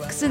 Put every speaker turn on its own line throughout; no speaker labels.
楠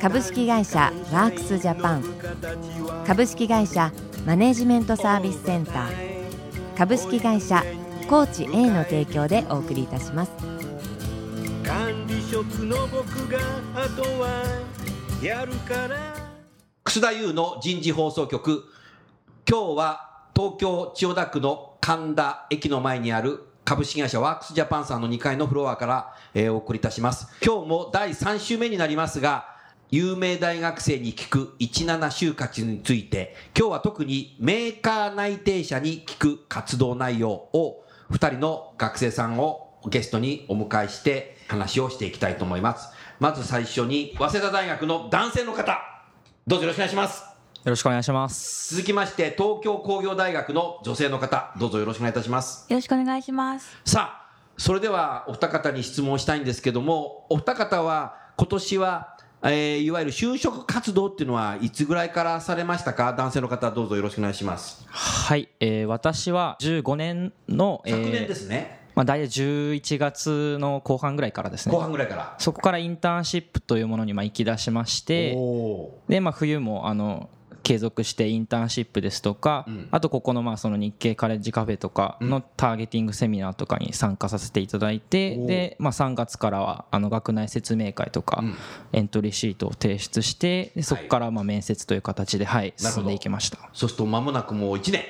株式会社ワークスジャパン株式会社マネジメントサービスセンター株式会社コーチ A の提供でお送りいたします
管理職の僕があとはやるから
楠田優の人事放送局今日は東京千代田区の神田駅の前にある株式会社ワークスジャパンさんの2階のフロアから、えーお送りいたします今日も第3週目になりますが有名大学生に聞く17就活について今日は特にメーカー内定者に聞く活動内容を2人の学生さんをゲストにお迎えして話をしていきたいと思いますまず最初に早稲田大学の男性の方どうぞよろしくお願いします
よろしくお願いします。
続きまして東京工業大学の女性の方どうぞよろしくお願いいたします
よろしくお願いします。
さあそれではお二方に質問したいんですけどもお二方は今年は、えーいわゆる就職活動っていうのはいつぐらいからされましたか男性の方どうぞよろしくお願いします
はい、えー私は15年の、えー
昨年ですね、
まあ、大体11月の後半ぐらいからです
後
ね。
半ぐらいから、
そこからインターンシップというものにまあ行き出しまして、
おー
で、まあ、冬もあの継続してインターンシップですとか、
うん
あとここのまあその日経カレッジカフェとかのターゲティングセミナーとかに参加させていただいて、
おー
で、まあ、3月からはあの学内説明会とか、
うん
エントリーシートを提出してでそこからまあ面接という形で、はい、
なるほど
進んでいきました。
そうすると間もなくもう1年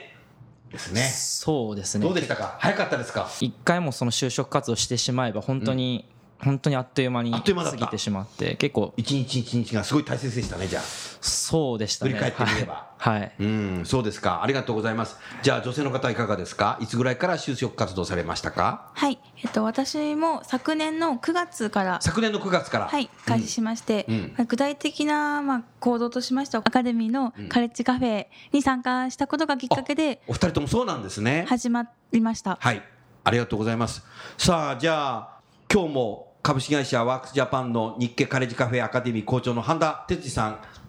ですね
そうです
どう
ね
でしたか早かったですか
一回もその就職活動してしまえば本当に、本当にあっという間に
あっ
過
という間だった
ぎてしまって結構
一日一日がすごい大切でしたねじゃあ
そうでしたね
振り返ってみれば
はい、はい
うん、そうですか。ありがとうございます。じゃあ、女性の方いかがですかいつぐらいから就職活動されましたか
はい、えっと私も昨年の9月から
昨年の9月から。
はい開始しまして、
うん
まあ具体的なまあ行動としましてはアカデミーの
うん
カレッジカフェに参加したことがきっかけで
お二人ともそうなんですね。
始まりました。
はい。ありがとうございます。さあ、じゃあ、今日も株式会社ワークスジャパンの日経カレッジカフェアカデミー校長の半田哲司さん、出
はい。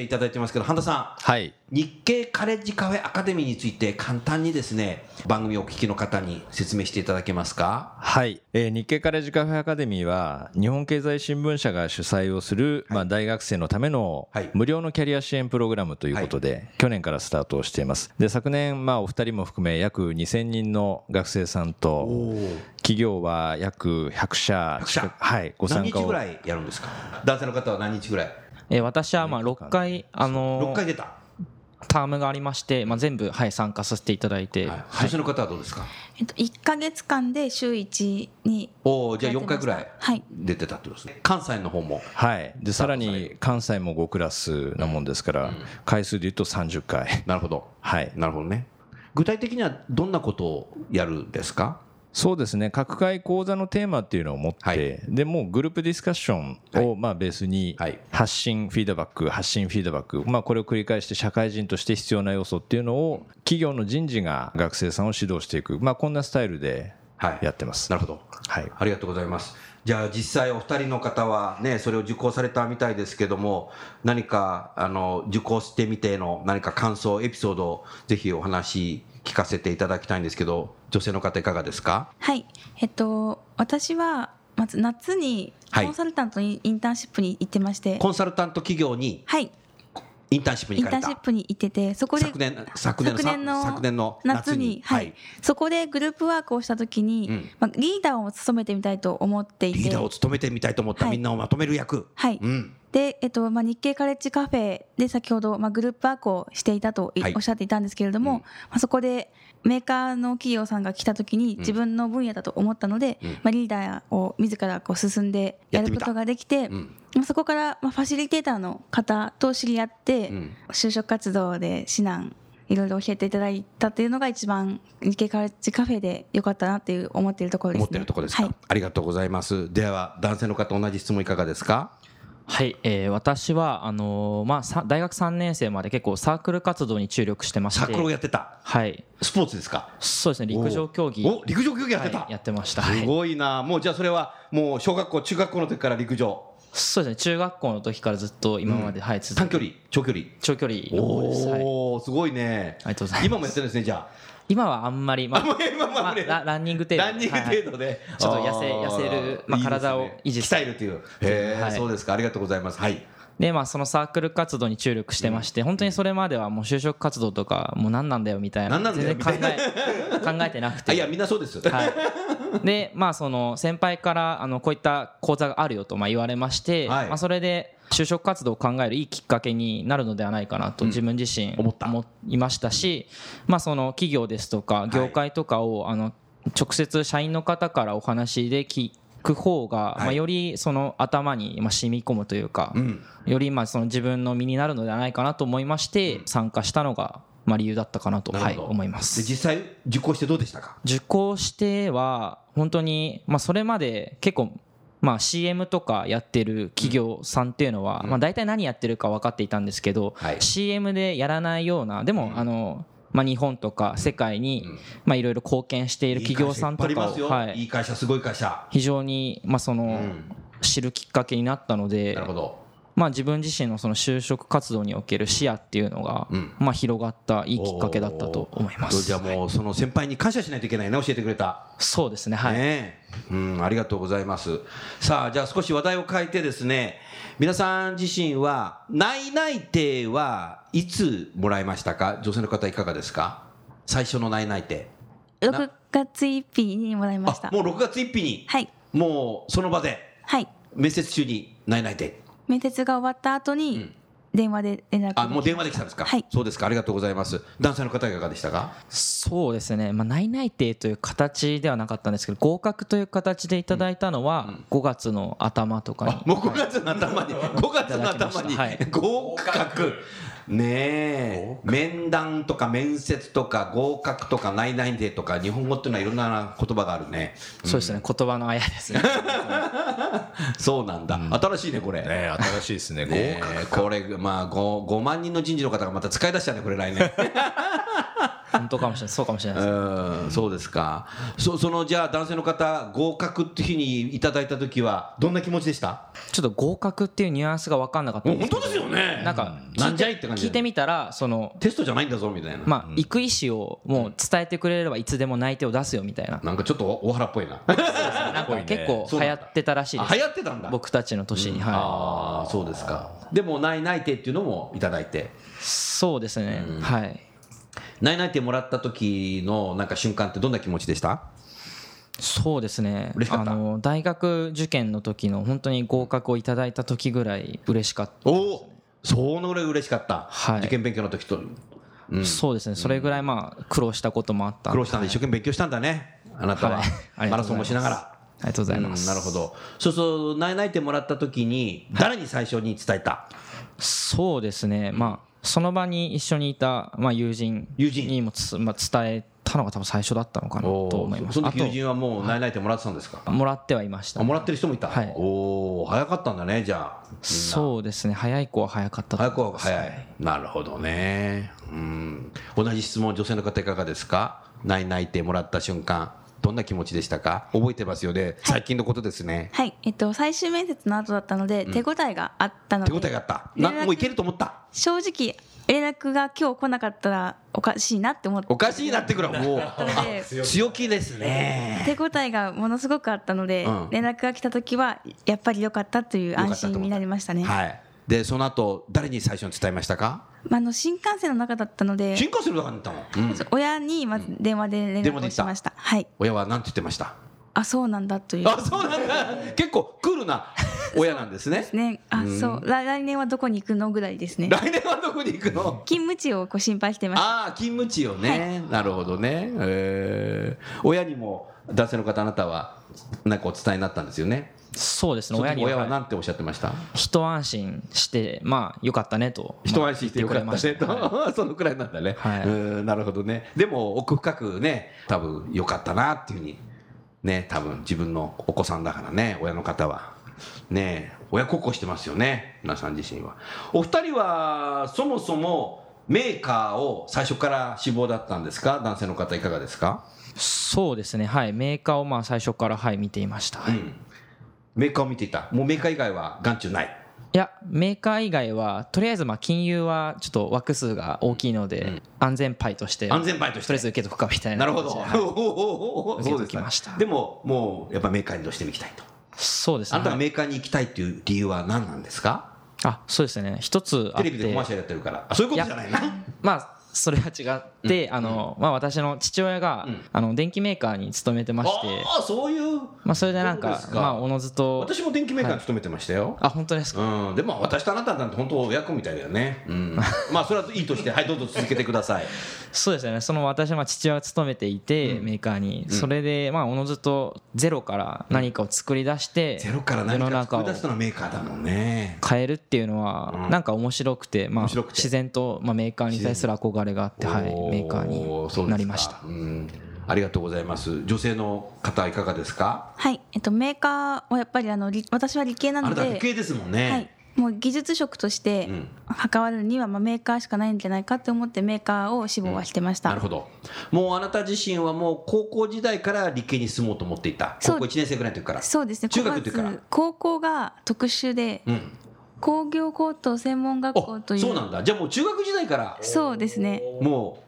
演いただいてますけど、半田さん、
はい。
日経カレッジカフェアカデミーについて簡単にですね、番組をお聞きの方に説明していただけますか
はい。えー日経カレッジカフェアカデミーは、日本経済新聞社が主催をする、まあ、大学生のための
はい
無料のキャリア支援プログラムということで、去年からスタートをしています。で、昨年、まあ、お二人も含め、約2000人の学生さんと、企業は約100社
100
近
社
く、はい、ご参
何
加
日ぐ
を。
らいやるんですか男性の方は何日ぐらい
えー私はまあ6回、あ
?6
の
回出た。
タームがありまして、まあ、全部、はい、参加させていただいて、
はい、女性の方はどうですか、
えっと1ヶ月間で週1に
おおじゃあ4回ぐらい
はい
出てたってことですね関西の方も
はい。で、さらに関西も5クラスなもんですから、回数で言うと30回。
なるほど
はい。
なるほどね具体的にはどんなことをやるんですか
そうですね各回講座のテーマっていうのを持って、
はい
でもうグループディスカッションをまあベースに
はい
発信フィードバック発信フィードバック、まあ、これを繰り返して社会人として必要な要素っていうのを企業の人事が学生さんを指導していく、まあ、こんなスタイルで
はい
やってます。
なるほど
はい
ありがとうございますじゃあ実際お二人の方はねそれを受講されたみたいですけども何かあの受講してみての何か感想エピソードをぜひお話聞かせていただきたいんですけど女性の方いかがですか
はいえっと私はまず夏に
は
コ
い
ンサルタントにインターンシップに行ってまして、
コンサルタント企業に
はい
インターンシップ
イ
に
ン
行かれ
ターンシッ
た
プに行っててそこで
昨年昨年の
昨年の
昨年の
夏にはいそこでグループワークをした時に、
うん
まあ、リーダーを務めてみたいと思っていて
リーダーを務めてみたいと思った、
はい
みんなをまとめる役、
はい
うん、
で、えっとまあ、日経カレッジカフェで先ほど、まあ、グループワークをしていたとい、
はい
おっしゃっていたんですけれども、
うん
まあ、そこでメーカーの企業さんが来た時に自分の分野だと思ったので、
うん
まあ、リーダーを自らこう進んで
や
や
って
る
み
こ
た
とができて
うん
まあ、そこから、まあ、ファシリテーターの方と知り合って、
うん
就職活動で指南いろいろ教えていただいたっていうのが一番日経カレッジカフェで良かったなっていう思っているところです、ね、
思ってるところですか、
はい、
ありがとうございますでは男性の方同じ質問いかがですか
はい、えー私はあのーまあ、さ大学3年生まで結構サークル活動に注力してまし
サ
て
ークルをやってた
はい
スポーツですか
そうですね陸上競技
お陸上競技やってた、
はいやってました
すごいなもうじゃあそれはもう小学校中学校の時から陸上
そうですね中学校の時からずっと今まで、はい続
短距
け
離長距離
長距離の方です、はい、あり
おおすごいね
がとうございます
今もやってるんですねじゃ あ
今はあんまり、まあ、
今もあんまり
ラランニング程度で
ランニング
はい
程度で
ちょっと痩せ
あー
痩せるまあ
いいですね
体を維持する
鍛えるというへえ
はい
そうですかありがとうございますはい
でまあそのサークル活動に注力してまして、本当にそれまではもう就職活動とかもう何なんだよみたいな
何なんだよ
全然考え考え てなく
あ
て
いやみんなそうです
はい、でまあその先輩からあのこういった講座があるよとまあ言われまして、
はい
まあ、それで就職活動を考えるいいきっかけになるのではないかなと
うん
自分自身
思った
いましたし、まあ、その企業ですとか業界とかをあの直接社員の方からお話で聞く方が、ま
は
あ、
い
よりその頭にまあ染み込むというか、
うん
よりまあその自分の身になるのではないかなと思いまして参加したのがまあ理由だったかなと、
な
は
る
い、
ほど
思います。
で実際受講してどうでしたか
受講しては本当に、まあ、それまで結構、まあ、CM とかやってる企業さんっていうのは、まあ、大体何やってるか分かっていたんですけど、
はい
CM でやらないようなでも、あのまあ、日本とか世界に
うん
まあいろいろ貢献している企業さんと
いい会
か
社いっ
を、
ぱいありますよ、
はい
い、い会社すごい会社
非常に、まあ、そうの
ん
知るきっかけになったので
なるほど
まあ、自分自身のその就職活動における視野っていうのが、
うん
まあ、広がったいいきっかけだったと思いま
おーじ
す
ゃあ。もうその先輩に感謝しないといけないね教えてくれた
そうですねはい
ねえうん、ありがとうございます。さあ、じゃあ少し話題を変えてですね、皆さん自身は、内内定はいつもらいましたか女性の方いかがですか最初の内内定。
6月1日にもらいました
あ、もう6月1日に、
はい
もうその場で、
はい
面接中に内内定。
面接が終わった後
う
に
ん
電話で連絡
あ、もう電話できたんですか
はい
そうですか、ありがとうございます。男性の方いかがでしたか
そうですね、まあ、内内定という形ではなかったんですけど合格という形でいただいたのは5月の頭とかに、
もう5月の頭に、5月の頭に
いただきましたはい
合格。ねえ、面談とか面接とか合格とか内々定とか日本語っていうのはいろんな言葉があるね。
そうですね言葉のあ やですね
そうなんだ。新しいねこれ。
ね新しいです ね
ねえ
豪華
これまあ 5, 5万人の人事の方がまた使い出したねこれ来年。
本当かもしれないそうかもしれないです、
うんそうですか。そそのじゃあ男性の方合格っていう日にいただいた時はどんな気持ちでした？
ちょっと合格っていうニュアンスが分かんなかったんですけど
よね
なんか聞いて
なんじゃいって感じ。
聞いてみたらその
テストじゃないんだぞみたいな。
まあ行く意思をもう伝えてくれればいつでも内定を出すよみたいな
なんかちょっと大原っぽいな。
なんか結構
そう
流
なん
行
だ
ってたらしいで
あ
す
流行ってたんだ
僕たちの年に、は
ああそうですかでも内内定っていうのもいただいて
いそうですね、はい
内内定もらった時のなんか瞬間ってどんな気持ちでした
そうですね
嬉しか
あ
った
の大学受験の時の本当に合格をいただいた時ぐらい嬉しかった、
おおそのぐらい嬉しかった、
はい
受験勉強の時とうん
そうですねそれぐらいまあ苦労したこともあったんで
苦労したんで一生懸命勉強したんだねあなたは、
はいあり
マラ
がとうございます
ソンもしながら
ありがとうございます、
うんなるほどそうそう内内定もらった時に誰に最初に伝えた、
そうですねまあその場に一緒にいた、まあ、友人
友人
にもつ、まあ、伝えたのが多分最初だったのかなと
おー
思います
その
あ
時友人はもう内内定もらってたんですか、
ともらってはいました
あもらってる人もいた、
はい
おお早かったんだねじゃあ
そうですね早い子は早かったと
早く
思い
は
ます
早い。なるほどね。うん。同じ質問、女性の方いかがですかないないってもらった瞬間、どんな気持ちでしたか覚えてますよね。最近のことですね。
はい、えっと、最終面接の後だったので、手応えがあったの
手
で
応えがあった。
連
な
絡
もういけると思った。
正直連絡が今日来なかったらおかしいなって思って
おかしいなってくらいもう、あ
で
強気ですね。
手応えがものすごくあったので、
うん
連絡が来た時はやっぱり良かったという安心になりましたね
はい。で、その後、誰に最初に伝えましたか
まあ、あの新幹線の中だったので
新幹線の中にいたの。うん。
親にまず電話で連
電話で
絡を
言っ
したましたはい
親は何て言ってました
あそうなんだという
あ、そうなんだ。結構クールな親なんですね。
ねあ
うん
そう来来年はどこに行くのぐらいですね
来年はどこに行くの
勤務地をこう心配してました
ああー勤務地をね、なるほどね、えー親にも男性の方あなたはなんかお伝えになったんですよね
そうです
そ
ね
の
親
時
には
親は何ておっしゃってました、
一安心してまあよかったねと
一安心してよかった
まあ言
ね
てくれました
と、 そのくらいなんだね、
はいう
ーんなるほどねでも奥深くね多分よかったなっていうふうにね多分自分のお子さんだからね親の方はねえ親孝行してますよね皆さん自身はお二人はそもそもメーカーを最初から志望だったんですか男性の方いかがですか、
そうですねはいメーカーをまあ最初からはい見ていました、
う
い
ん、メーカーを見ていたもうメーカー以外は眼中ない
やメーカー以外はとりあえずまあ金融はちょっと枠数が大きいので、
うん
安全牌として
安全牌として
とりあえず受けとくかみたい
な
な
るほど、
感じではい
おおおおお
受
そう
けと
です
き
か
ました
でももうやっぱメーカーにどうしても行きたいと
そうです
あ
ね
なたが
はい
メーカーに行きたいっていう理由は何なんですか
あそうですね一つあ
テレ
っ
ビでコ
て
マーシャルやってるからあそういうことじゃないな
まあそれは違って、あのまあ、私の父親が、
うん
あの電機メーカーに勤めてまして
ああそういう
まあ、それでなん
そう
か
ですか
まあおのずと
私も電機メーカーに勤めてましたよ、
あ本当ですか、
うん、でも私とあなたなんて本当親子みたいだよね、 うん、まあそれはいいとしてはいどうぞ続けてください
そうですよねその私はまあ父親を勤めていて、
うん
メーカーに、
ん
それでまあおのずとゼロから何かを作り出し て、
ゼロから何
世の
か
中
作り
を
出したのはメーカーだもんね
変えるっていうのは、
うん
なんか面白くて,、まあ、
面白くて
自然と、まあ、メーカーに対する憧れがあって、はい、
お
メーカー
そうですか
になりました
うん、ありがとうございます女性の方いかがですか
はい、えっと、メーカーはやっぱりあの理私は理系な
あ
の
なた理
で、
系ですもんね、
はい、もう技術職として
うん
関わるにはまあメーカーしかないんじゃないかって思ってメーカーを志望はしてました。
なるほどもうあなた自身はもう高校時代から理系に進もうと思っていた
そう
高校1年生ぐらいの時から
そうですね
中学
ま
の時
ず
から
高校が特殊で、
うん
工業高等専門学校と
あ
いう
そうなんだじゃあもう中学時代から
そうですね
も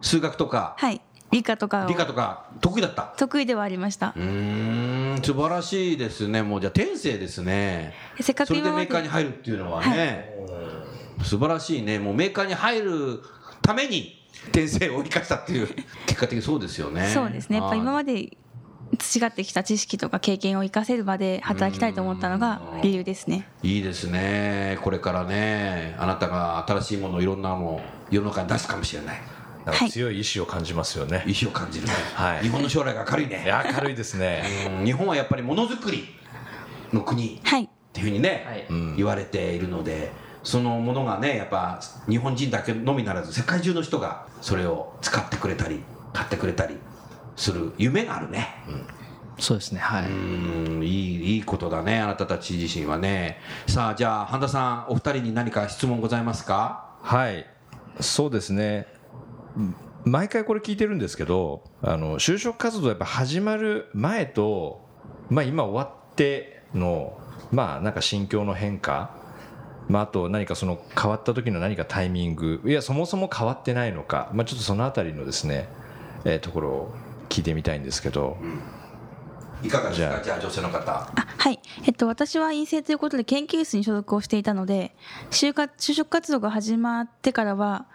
う数学とか
はい理科とかを
理科とか得意だった
得意ではありました
うーん素晴らしいですねもうじゃあ天性ですね
せっか
そ
く
れで
今
メー
ま
カー
で
に入るっていうのはね、素晴らしいねもうメーカーに入るために天性を生かしたっていう結果的にそうですよね
そうですねやっぱ今まで違ってきた知識とか経験を生かせる場で働きたいと思ったのが理由ですね
いいですねこれからねあなたが新しいものをいろんなのを世の中に出すかもしれない
なんか強い意志を感じますよね
意志を感じるね、
はい
日本の将来が明るいね
いや明るいですね
うん日本はやっぱりものづくりの国っ
はい
ていうふうにね、
はい
うん
言われているのでそのものがねやっぱ日本人だけのみならず世界中の人がそれを使ってくれたり買ってくれたりする夢があるね
そうですねはい、
うんいいいいことだねあなたたち自身はねさあじゃあ半田さんお二人に何か質問ございますか
はいそうですねうん毎回これ聞いてるんですけどあの就職活動やっぱ始まる前と、まあ、今終わってのまあなんか心境の変化まあ、あと何かその変わった時の何かタイミングいやそもそも変わってないのか、まあ、ちょっとそのあたりのですね、えーところを聞いてみたいんですけど
いかがですか
じゃあ
じゃあ女性の方
あはい、えっと、私は陰性ということで研究室に所属をしていたので就活就職活動が始まってからは、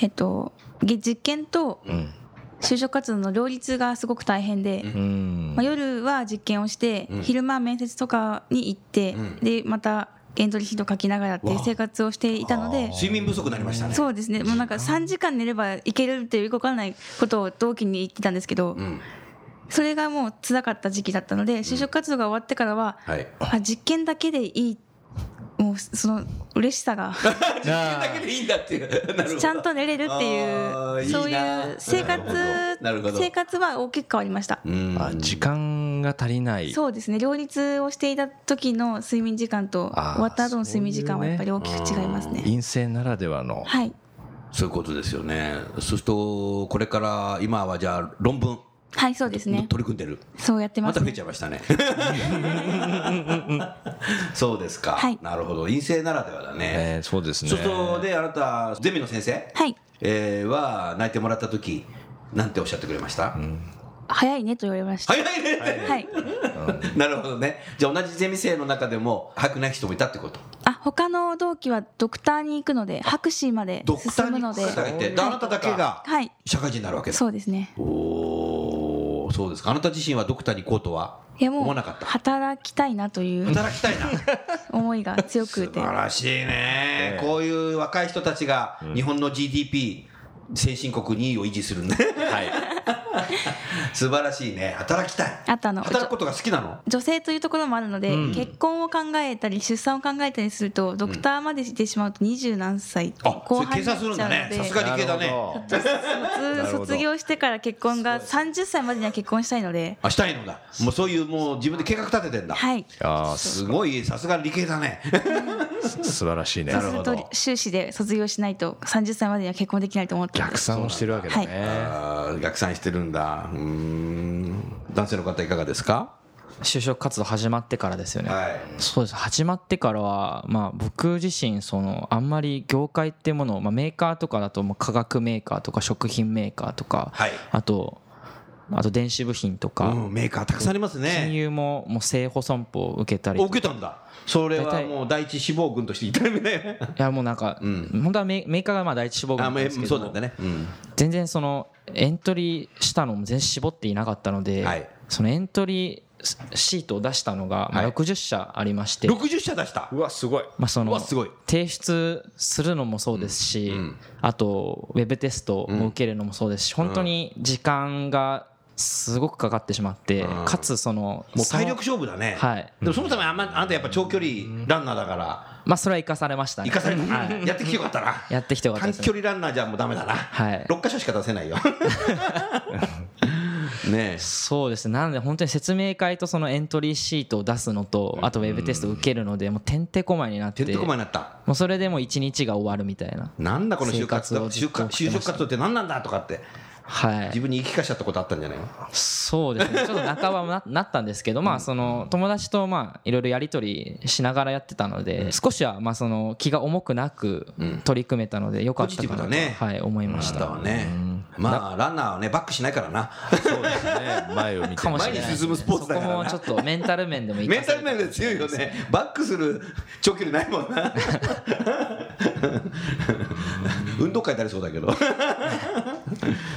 えっと、げ実験と
うん
就職活動の両立がすごく大変で、
うん
うん
まあ、夜は実験をして、
うん
昼間は面接とかに行って、
うん
でまたエントリーシート書きながらっていう
わあ
生活をしていたので。
睡眠不足になりましたね
そうですねもうなんか3時間寝ればいけるっていう動かないことを同期に言ってたんですけど、
うん
それがもう辛かった時期だったので就職活動が終わってからは、
はい
あ実験だけでいいもうその嬉しさが
実験だけでいいんだって いうなるほど
ちゃんと寝れるって
あー
いう
いいな
そういう生活
なるほど
生活は大きく変わりました
うん
あ時間が足りない
そうですね両立をしていた時の睡眠時間と
あー
終わった後の睡眠時間はやっぱり大きく違いますね
陰性ならではの、
はい
そういうことですよね。そうすると、これから今はじゃあ論文、
はいそうですね
取り組んでる。
そうやってま
ますた増え
ね
ちゃいま したね。そうですか、
はい
なるほど。陰性ならではだね。
えーそうですね
そうすると、で、あなた、ゼミの先生、
はい
えーは泣いてもらった時なんておっしゃってくれました、
早いねと言われました
早いね、
はい
なるほどね。じゃあ同じゼミ生の中でも早くない人もいたってこと。
あ他の同期はドクターに行くので博士まで
ドクタ
進
ー
む
に
ので
行く方がいて、であなただけが
はい
社会人になるわけだ。
そうですね
おお、そうですか。あなた自身はドクターに行こうとはい
や
思
も
わ
う
なかった。
働きたいなという
働きたい な。
思いが強く
素
て
晴らしいね、こういう若い人たちが日本の GDP 先進国2位を維持するんで、
はい
素晴らしいね働きたい
あとあの
働くことが好きなの
女性というところもあるので、
うん
結婚を考えたり出産を考えたりするとドクターまでしてしまうと二十何歳
あそ
後
れ
半
計
にな
算
っ
するん
ちゃ
だ
うの
ね
で
さすが理系だね
なるほど
普通卒業してから結婚が30歳までには結婚したいので
あしたいのだもうそういうもう自分で計画立ててんだ、
はい
ああす
すごいさすが理系だね
素晴らしいね
そうすると修士で卒業しないと30歳までには結婚できないと思ってる
逆算をしてるわけだね、
あー逆算してるんだうーん男性の方いかがですか
就職活動始まってからですよね、
はい
そうです始まってからは、まあ、僕自身そのあんまり業界ってものを、まあ、メーカーとかだともう化学メーカーとか食品メーカーとか、
はい
あとあと電子部品とか、
うん、メーカーたくさんあります
金
ね
融ももう生保損保を受けたりと
受
か
けたんだそれはもう第一志望軍として痛い目ね
いやもうなんか、
うん
本当はメーメーカーがまあ第一志望
あ
な
も
ん
うえ
ですけ
そうな
ど
んだね、うん
全然そのエントリーしたのも全然絞っていなかったので、
はい
そのエントリーシートを出したのがま
は
あ
い
60社ありまして、
60社出した
うわすごい
まあ、そう
わ
の
すごい
提出するのもそうですし、
うんうん
あとウェブテストを受けるのもそうですし、本当に時間がすごくかかってしまって、
うん
かつその
もう
その
体力勝負だね、
はい
でもそのためあんまあんたやっぱ長距離ランナーだから
まあそれは生かされましたね
生かされた
は
やってきてよかったな
やってきてよかった
短
ですね
距離ランナーじゃもうダメだな、
はい
6箇所しか出せないよねえ
そうですねなので本当に説明会とそのエントリーシートを出すのとあとウェブテストを受けるのでもうてんてこまいになって
てんてこまいになった
もうそれでもう一日が終わるみたいな
なんだこの就活
生活をず
就
っと
活就職活動って何なんだとかって
は
自
い
分に言い聞かしちゃったことあったんじゃないの
そうですねちょっと半ばも ななったんですけどまあその友達とまあいろいろやり取りしながらやってたので少しはまあその気が重くなく
うん
取り組めたのでよかったかな
ポ
と
ジティブだね
はい思いまし
あなた
た
はねまあランナーはねバックしないからな
そうですね前を見て
かもしれない
前に進むスポーツだからな
そこもちょっとメンタル面でもいい
メンタル面で強いよねバックする長距離ないもんな運動会になりそうだけど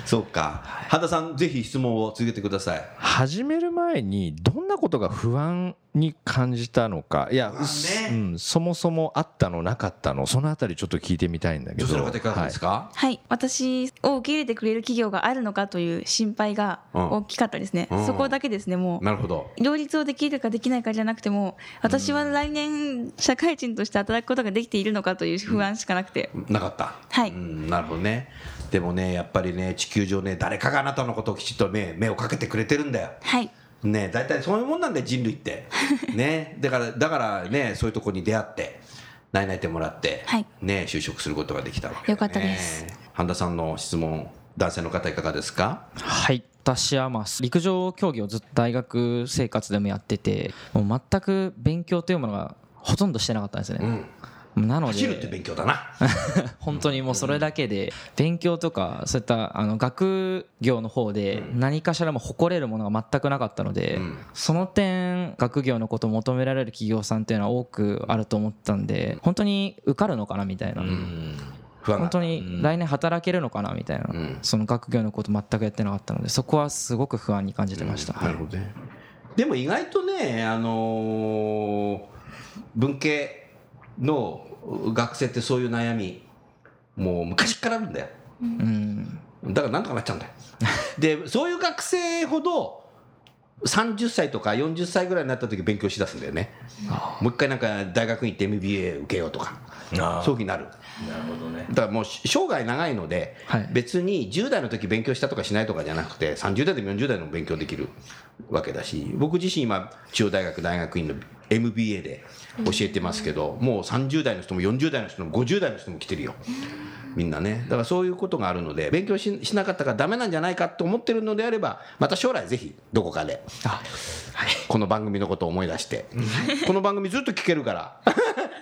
そうか羽田さんぜひ質問を続けてください
始める前にどんなことが不安に感じたのかいや、
不安ね
うん、そもそもあったのなかったのそのあたりちょっと聞いてみたいんだけ
女性
ど
の方いかがですか、
はい私を受け入れてくれる企業があるのかという心配が
うん
大きかったですね、
うん
そこだけですねもう
なるほど
両立をできるかできないかじゃなくても私は来年社会人として働くことができているのかという不安しかなくて、
なかった
はい
うんなるほどねでもねやっぱりね地球上ね誰かがあなたのことをきちっとね目をかけてくれてるんだよ
はい
ね大体そういうもんなんだよ人類って ねだからだからねそういうとこに出会って内々てもらって、
はい
ね就職することができたわけだね
よかったです
半田さんの質問男性の方いかがですか
はい私はまあ陸上競技をずっと大学生活でもやっててもう全く勉強というものがほとんどしてなかったんです
う
ね、
ん
なの
走るって
で
勉強だな
本当にもうそれだけで勉強とかそういったあの学業の方で何かしらも誇れるものが全くなかったので
うん
その点学業のことを求められる企業さんっていうのは多くあると思ったんで本当に受かるのかなみたいな
うん不安が
本当に来年働けるのかなみたいな
うん
その学業のこと全くやってなかったのでそこはすごく不安に感じてました、
なるほどねでも意外とね、あのー文系の学生ってそういう悩みもう昔からあるんだよ
うん
だからなんとかなっちゃうんだよでそういう学生ほど30歳とか40歳ぐらいになった時勉強しだすんだよねもう一回なんか大学に行って MBA 受けようとかそういうふうになる
なるほどね
だからもう生涯長いので、
はい
別に10代の時勉強したとかしないとかじゃなくて30代でも40代でも勉強できるわけだし僕自身今中央大学大学院の MBA で教えてますけど、もう30代の人も40代の人も50代の人も来てるよ、みんなねだからそういうことがあるので勉強ししなかったからダメなんじゃないかと思ってるのであればまた将来ぜひどこかで
あ
この番組のことを思い出してこの番組ずっと聞けるから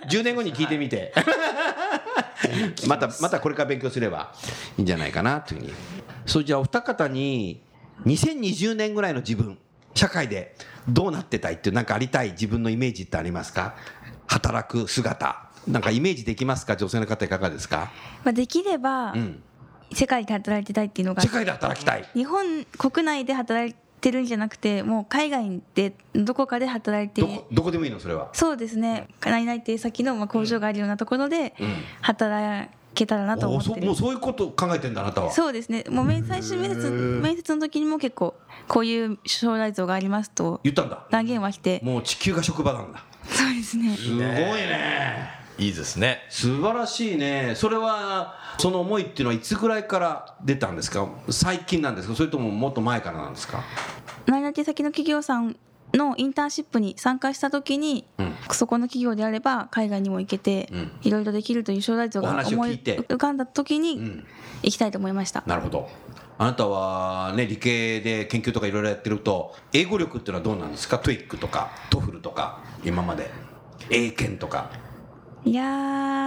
10年後に聞いてみてまたまたこれから勉強すればいいんじゃないかなというふうにそれじゃあお二方に2020年ぐらいの自分社会でどうなってたいっていうなんかありたい自分のイメージってありますか働く姿なんかイメージできますか女性の方いかがですか、
まあ、できれば
うん、
世界で働いてたいっていうのが
世界で働きたい
日本国内で働いてるんじゃなくてもう海外でどこかで働いて
どこどこでもいいのそれは
そうですね内々定先のまあ工場があるようなところで
うん
働けたらなと思
お
っ
ーそ
て
もう
る
そういうこと考えてんだあなたは
そうですねもう面最終面接面接の時にも結構こういう将来像がありますと
言ったんだ
断言はして
もう地球が職場なんだ
そうですね
すごいね
いいですね
素晴らしいねそれはその思いっていうのはいつぐらいから出たんですか最近なんですかそれとももっと前からなんですか
内々先の企業さんのインターンシップに参加した時に、
うん
そこの企業であれば海外にも行けて
うん
いろいろできるという将来像
お
が
話を
思
聞い
い
て
浮かんだ
う
時に
ん
行きたいと思いました、
なるほどあなたはね理系で研究とかいろいろやってると英語力っていうのはどうなんですか TOEIC とか TOEFL とか今まで英検とか
いや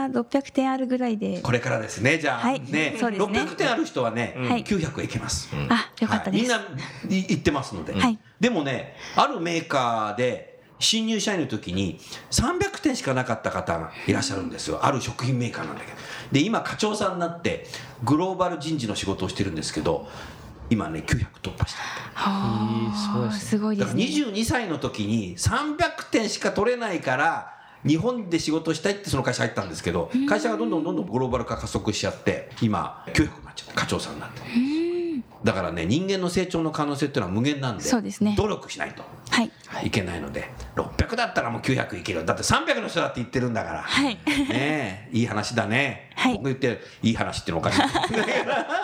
ー600点あるぐらいで
これからですねじゃあ、
はい
ね
そうですね
600点ある人はね、
はい
900いけます、
あよかったです、
はい、みんない行ってますので、
はい
でもねあるメーカーで新入社員の時に300点しかなかった方がいらっしゃるんですよある食品メーカーなんだけどで今課長さんになってグローバル人事の仕事をしてるんですけど今ね900突破した
は
い
あ
いすごいですね
すごいで
だか
す
ら
ね
22歳の時に300点しか取れないから日本で仕事したいってその会社入ったんですけど会社がどんどんどんどんグローバル化加速しちゃって今900になっちゃった課長さんになってだからね人間の成長の可能性っていうのは無限なんで
そうですね
努力しないと
はい
いけないので600だったらもう900いけるよだって300の人だって言ってるんだから、
はい
ねえいい話だね、
はい
僕言っていい話っていうのかしら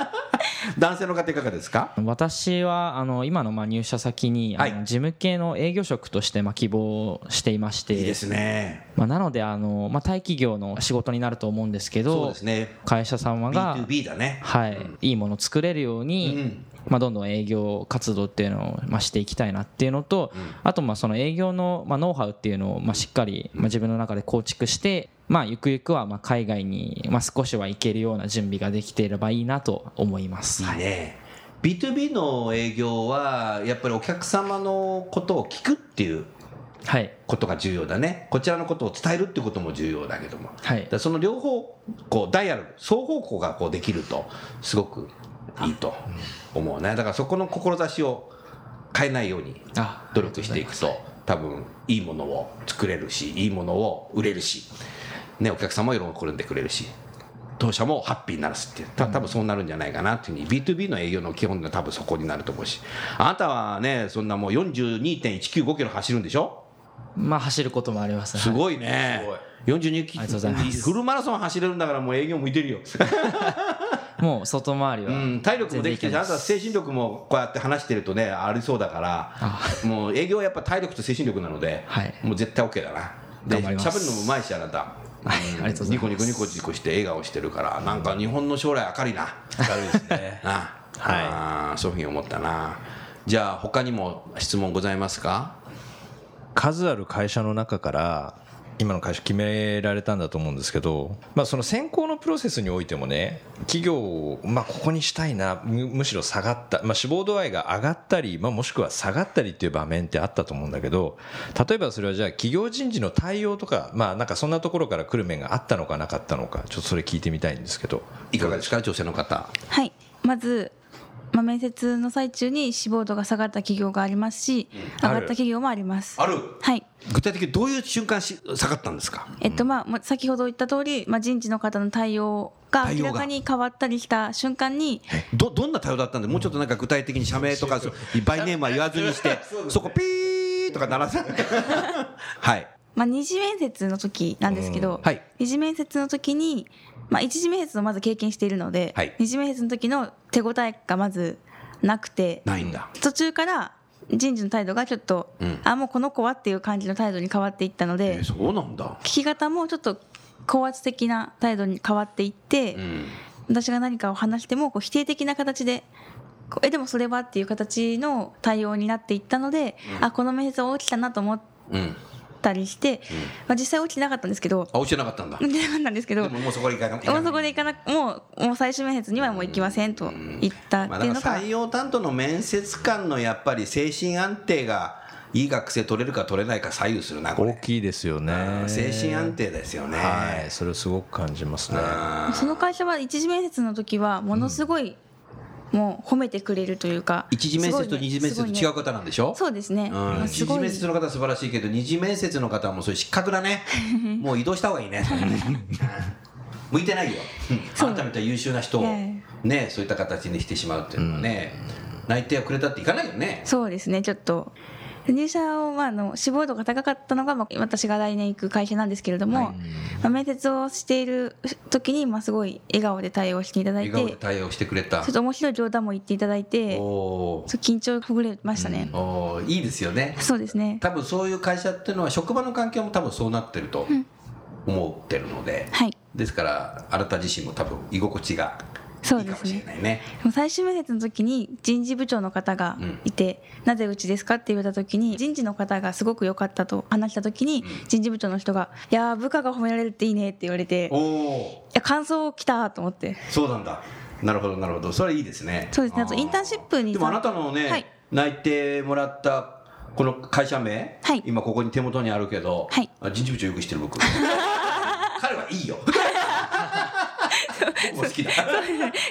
男性の方いかがですか
私はあの今のまあ入社先に、
はい
あの事務系の営業職としてまあ希望していまして
いいですね
まあ、なのであの、まあ、大企業の仕事になると思うんですけ
そう
ど
ですね
会社様が、
B2B だね
はいいいものを作れるように、
うん
まあ、どんどん営業活動っていうのを、まあ、していきたいなっていうのと、あとまあその営業の、まあ、ノウハウっていうのを、まあ、しっかり、まあ、自分の中で構築して、まあ、ゆくゆくはまあ海外に、まあ、少しは行けるような準備ができていればいいなと思います。
いいね B2B の営業はやっぱりお客様のことを聞くっていう
はい
ことが重要だねこちらのことを伝えるってことも重要だけども
はい
だからその両方こうダイヤル双方向がこうできるとすごくいいと思うねだからそこの志を変えないように
あ
努力していくと多分いいものを作れるしいいものを売れるし、ね、お客様も喜んでくれるし当社もハッピーになるしっていうた多分そうなるんじゃないかなっていうふうに B2B の営業の基本が多分そこになると思うしあなたはねそんなもう42.195キロ走るんでしょ
まあ走ることもありますね
すごいね
すごい
42キ
ありがとうございます
フルマラソン走れるんだからもう営業向いてるよ、
もう外回り は、
うん、体力もできてるしあ
全然
なたは精神力もこうやって話してるとねありそうだから
あ
もう営業はやっぱ体力と精神力なので、
はい
もう絶対 OK だなで
頑張ります
喋るのもうまいしあなた
はいありがとうございます
ニコニコニコニコして笑顔してるからなんか日本の将来明るいな
明るいですね
なあ、
はい
あーそういうふうに思ったなじゃあ他にも質問ございますか
数ある会社の中から今の会社決められたんだと思うんですけど、まあ、その選考のプロセスにおいてもね企業を、まあ、ここにしたいなむむしろ下がった、まあ、志望度合いが上がったり、まあ、もしくは下がったりっていう場面ってあったと思うんだけど例えばそれはじゃあ企業人事の対応とか,、まあ、なんかそんなところから来る面があったのかなかったのかちょっとそれ聞いてみたいんですけど
いかがですか女性の方
はい、まず、まあ、面接の最中に志望度が下がった企業がありますし、上がった企業もあります。
ある
はい
具体的にどういう瞬間し下がったんですか
えっとまあもう、先ほど言った通り、まあ、人事の方の対応が
対応が
明らかに変わったりした瞬間に、
どどんな対応だったんでもうちょっとなんか具体的に社名とかそうバイネームは言わずにしてそこピーとか鳴らせはい
まあ、二次面接の時なんですけど、
はい
二次面接の時に、まあ、一次面接をまず経験しているので、
はい
二次面接の時の手応えがまずなくて、
ないんだ
途中から人事の態度がちょっと、
うん
あもうこの子はっていう感じの態度に変わっていったので。
えーそうなんだ
聞き方もちょっと高圧的な態度に変わっていって、
うん
私が何かを話してもこう否定的な形で「こうえでもそれは?」っていう形の対応になっていったので、あこの面接は起きたなと思っ
うん
たりして、まあ、実際起きてなかったんですけど
あ落ちてなかったんだ
起きてなかったんですけど
でももうそこに行かな
もうそこで行かなもうもう最終面接にはもう行きませんと言ったっ
まあ、
て
だ
い
か
うの
ら
が
採用担当の面接官のやっぱり精神安定がいい学生取れるか取れないか左右するなこ
大
れ
きいですよね
うん精神安定ですよね、
はいそれをすごく感じますね
その会社は一次面接の時はものすごい、もう褒めてくれるというか
一次面接と
すごいね
二次面接と違う
すごいね
方なんでしょ、
そうですね、
うん
まあ
一
すご
次
い
面接の方は素晴らしいけ ど二次面接の方はもうそういう失格だねもう移動した方がいいね向いてないよ
そう
改めて優秀な人を
いやい
ねそういった形にしてしまうっていうのはね、内定をくれたっていかないよね
そうですねちょっと入社を、まあ、あの志望度が高かったのが、まあ、私が来年行く会社なんですけれども、まあ、面接をしている時に、まあ、すごい笑顔で対応していただい
笑顔
てち
で
ょ
対応してくれた
っと面白い冗談も言っていただいて
お
そう緊張ほぐれましたね、
ーおーいいですよね
そうですね
多分そういう会社っていうのは職場の環境も多分そうなってると思ってるので、
はい
ですからあなた自身も多分居心地が
そ
いうい
で
かも
す
し
ね
れないね
でも最終面接の時に人事部長の方がいて、なぜうちですかって言われた時に人事の方がすごく良かったと話した時に、人事部長の人が「いやー部下が褒められるっていいね」って言われて「い
おお
や感想来た」と思って
そうなんだなるほどなるほどそれはいいですね
そうですねあと
ー
インターンシップに
でもあなたのね、
はい
内定もらったこの会社名、
はい
今ここに手元にあるけど、
はい
あ人事部長よく知ってる 僕彼はいいよ僕も好きだ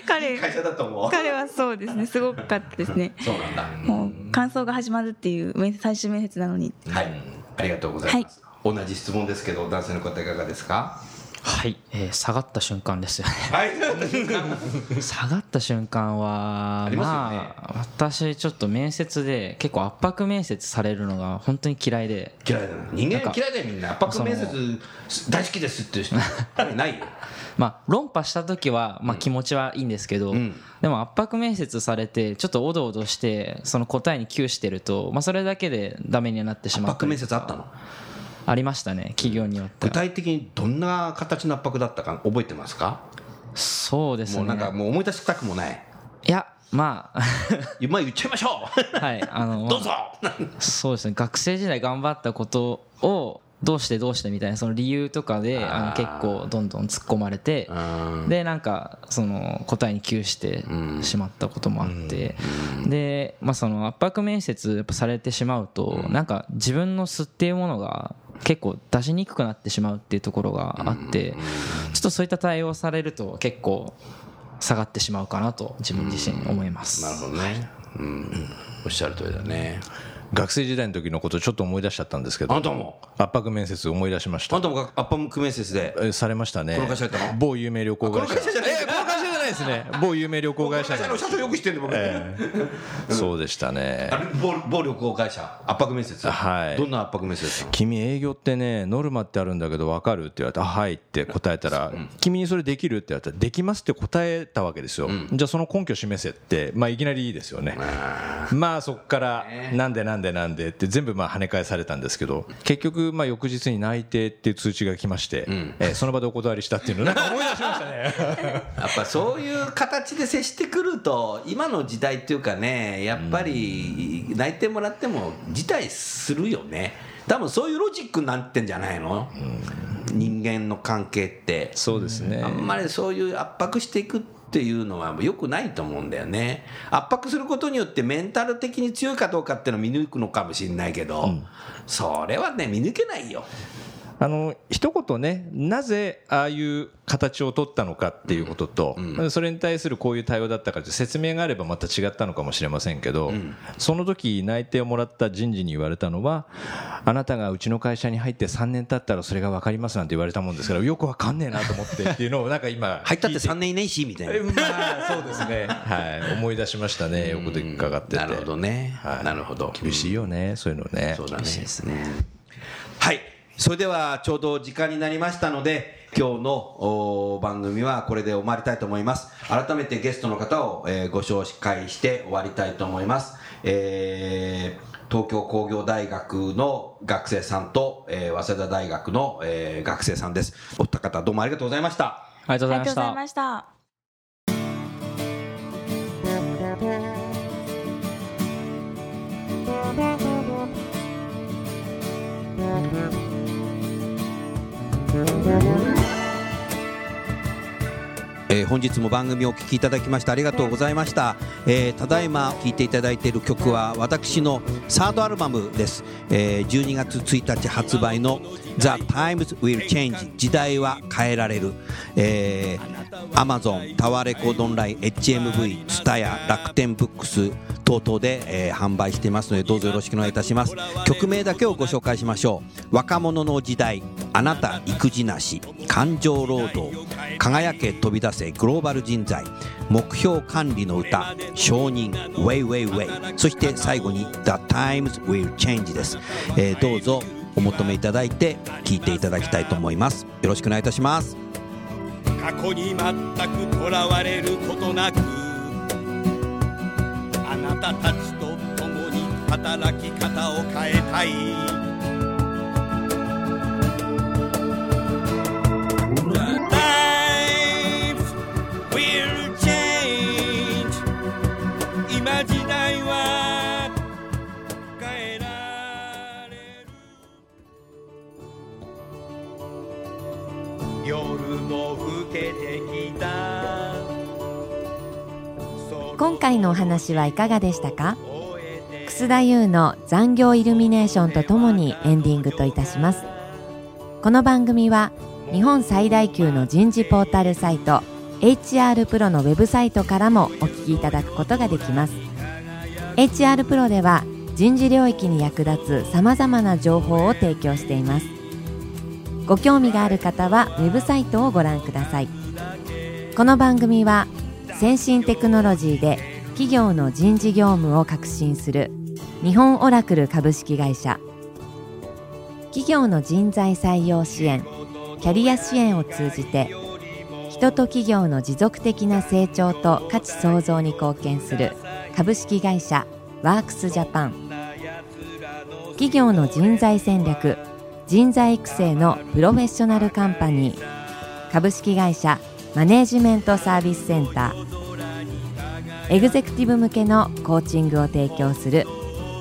彼
会社だと思う
彼はそうですねすごかったですね
そうなんだ
もう感想が始まるっていう面接最終面接なのに
はい、ありがとうございます、同じ質問ですけど男性の方いかがですか
はい、えー下がった瞬間ですよね
はい
下がった瞬間は
ありますよね
あ私ちょっと面接で結構圧迫面接されるのが本当に嫌いで
嫌いだな人
なん
間
か
嫌いだよみんな圧迫面接大好きですっていう人誰もいな いよ
まあ、論破した時は、まあ、気持ちはいいんですけど、
ん
でも圧迫面接されてちょっとおどおどしてその答えに窮してると、まあ、それだけでダメになってし
圧
まった
迫
り
面接あったの
ありましたね企業によって
具
は
体的にどんな形の圧迫だったか覚えてますか
そうです
もうなんか
ね
もう思い出したくもない
いやま
今言っちゃいましょ
あ はいあの、
う
まあ
どうぞ
そうですね学生時代頑張ったことをどうしてどうしてみたいなその理由とかであの
あー
結構どんどん突っ込まれて
で
でなんかその答えに窮して
うん
しまったこともあって、で、まあ、その圧迫面接やっぱされてしまうと、なんか自分の素っていうものが結構出しにくくなってしまうっていうところがあって、ちょっとそういった対応されると結構下がってしまうかなと自分自身思います、
なるほどねうんおっしゃる通りだね
学生時代の時のことちょっと思い出しちゃったんですけど
あんたも
圧迫面接思い出しまし
あ
た
んたも圧迫面接で
えされましたね
この会社やったの
某有名旅行会
こ
社
の会社じゃない
えこの会社じゃないです ね某有名旅行会社
会社の社長よく知ってんで僕
ええそうでしたね
あれ暴暴力を会社圧迫面接
はい
どんな圧迫面接だったの
君営業ってねノルマってあるんだけど分かるって言われて「あはい」って答えたら「君にそれできる?」って言われて「できます」って答えたわけですよ、じゃあその根拠示せって、まあ、いきなりいいですよねまあそっから「なんでなんでなんで」って全部まあ跳ね返されたんですけど結局まあ翌日に内定っていう通知が来まして、えーその場でお断りしたっていうのをなんか思い出しま したね
やっぱそういう形で接してくると今の時代っていうかねやっぱり泣いてもらっても辞退するよね多分そういうロジックになってんじゃないの、人間の関係って
そうですね
あんまりそういう圧迫していくっていうのは良くないと思うんだよね圧迫することによってメンタル的に強いかどうかっていうのを見抜くのかもしれないけど、それはね見抜けないよ
あの一言ねなぜああいう形を取ったのかっていうことと、それに対するこういう対応だったかって説明があればまた違ったのかもしれませんけど、その時内定をもらった人事に言われたのはあなたがうちの会社に入って3年経ったらそれが分かりますなんて言われたもんですからよく分かんねえなと思ってっていうのをなんか今
入ったって3
年
年いないしみたいな
まあそうですね、はい、思い出しましたね横でかかってて
なるほどね、
はい
なるほど
厳しいよねそういうのね
そうだね。はい。それではちょうど時間になりましたので、今日のお番組はこれで終わりたいと思います。改めてゲストの方を、えーご紹介して終わりたいと思います。えー東京工業大学の学生さんと、えー早稲田大学の、えー学生さんです。お二方どうもありがとうございました。
ありがと
あ
う
り
ござい
が
ま
とう
し
ござ
た
いました
えー本日も番組をお聴きいただきましてありがとうございました、えーただいま聴いていただいている曲は私のサードアルバムです、えー12月1日発売の「THETIMESWILLCHANGE 時代は変えられる」えー Amazon タワーレコードオンライン HMV ツタヤ楽天ブックス等々で、えー販売していますのでどうぞよろしくお願いいたします曲名だけをご紹介しましょう「若者の時代あなた育児なし」環状労働輝け飛び出せグローバル人材目標管理の歌承認ウェイウェイウェイそして最後に「The Times Will Change」です、えーどうぞお求めいただいて聴いていただきたいと思いますよろしくお願いいたします
過去に全くとらわれることなくあなたたちと共に働き方を変えたい「Life will change」「今時代は変えられる」夜の更けてきた
今回のお話はいかがでしたか楠田優の残業イルミネーションとともにエンディングといたしますこの番組は日本最大級の人事ポータルサイト HR プロのウェブサイトからもお聞きいただくことができます HR プロでは人事領域に役立つさまざまな情報を提供していますご興味がある方はウェブサイトをご覧くださいこの番組は先進テクノロジーで企業の人事業務を革新する日本オラクル株式会社企業の人材採用支援キャリア支援を通じて人と企業の持続的な成長と価値創造に貢献する株式会社ワークスジャパン企業の人材戦略人材育成のプロフェッショナルカンパニー株式会社マネージメントサービスセンターエグゼクティブ向けのコーチングを提供する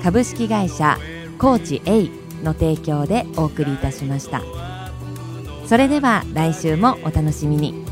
株式会社コーチ A の提供でお送りいたしましたそれでは来週もお楽しみに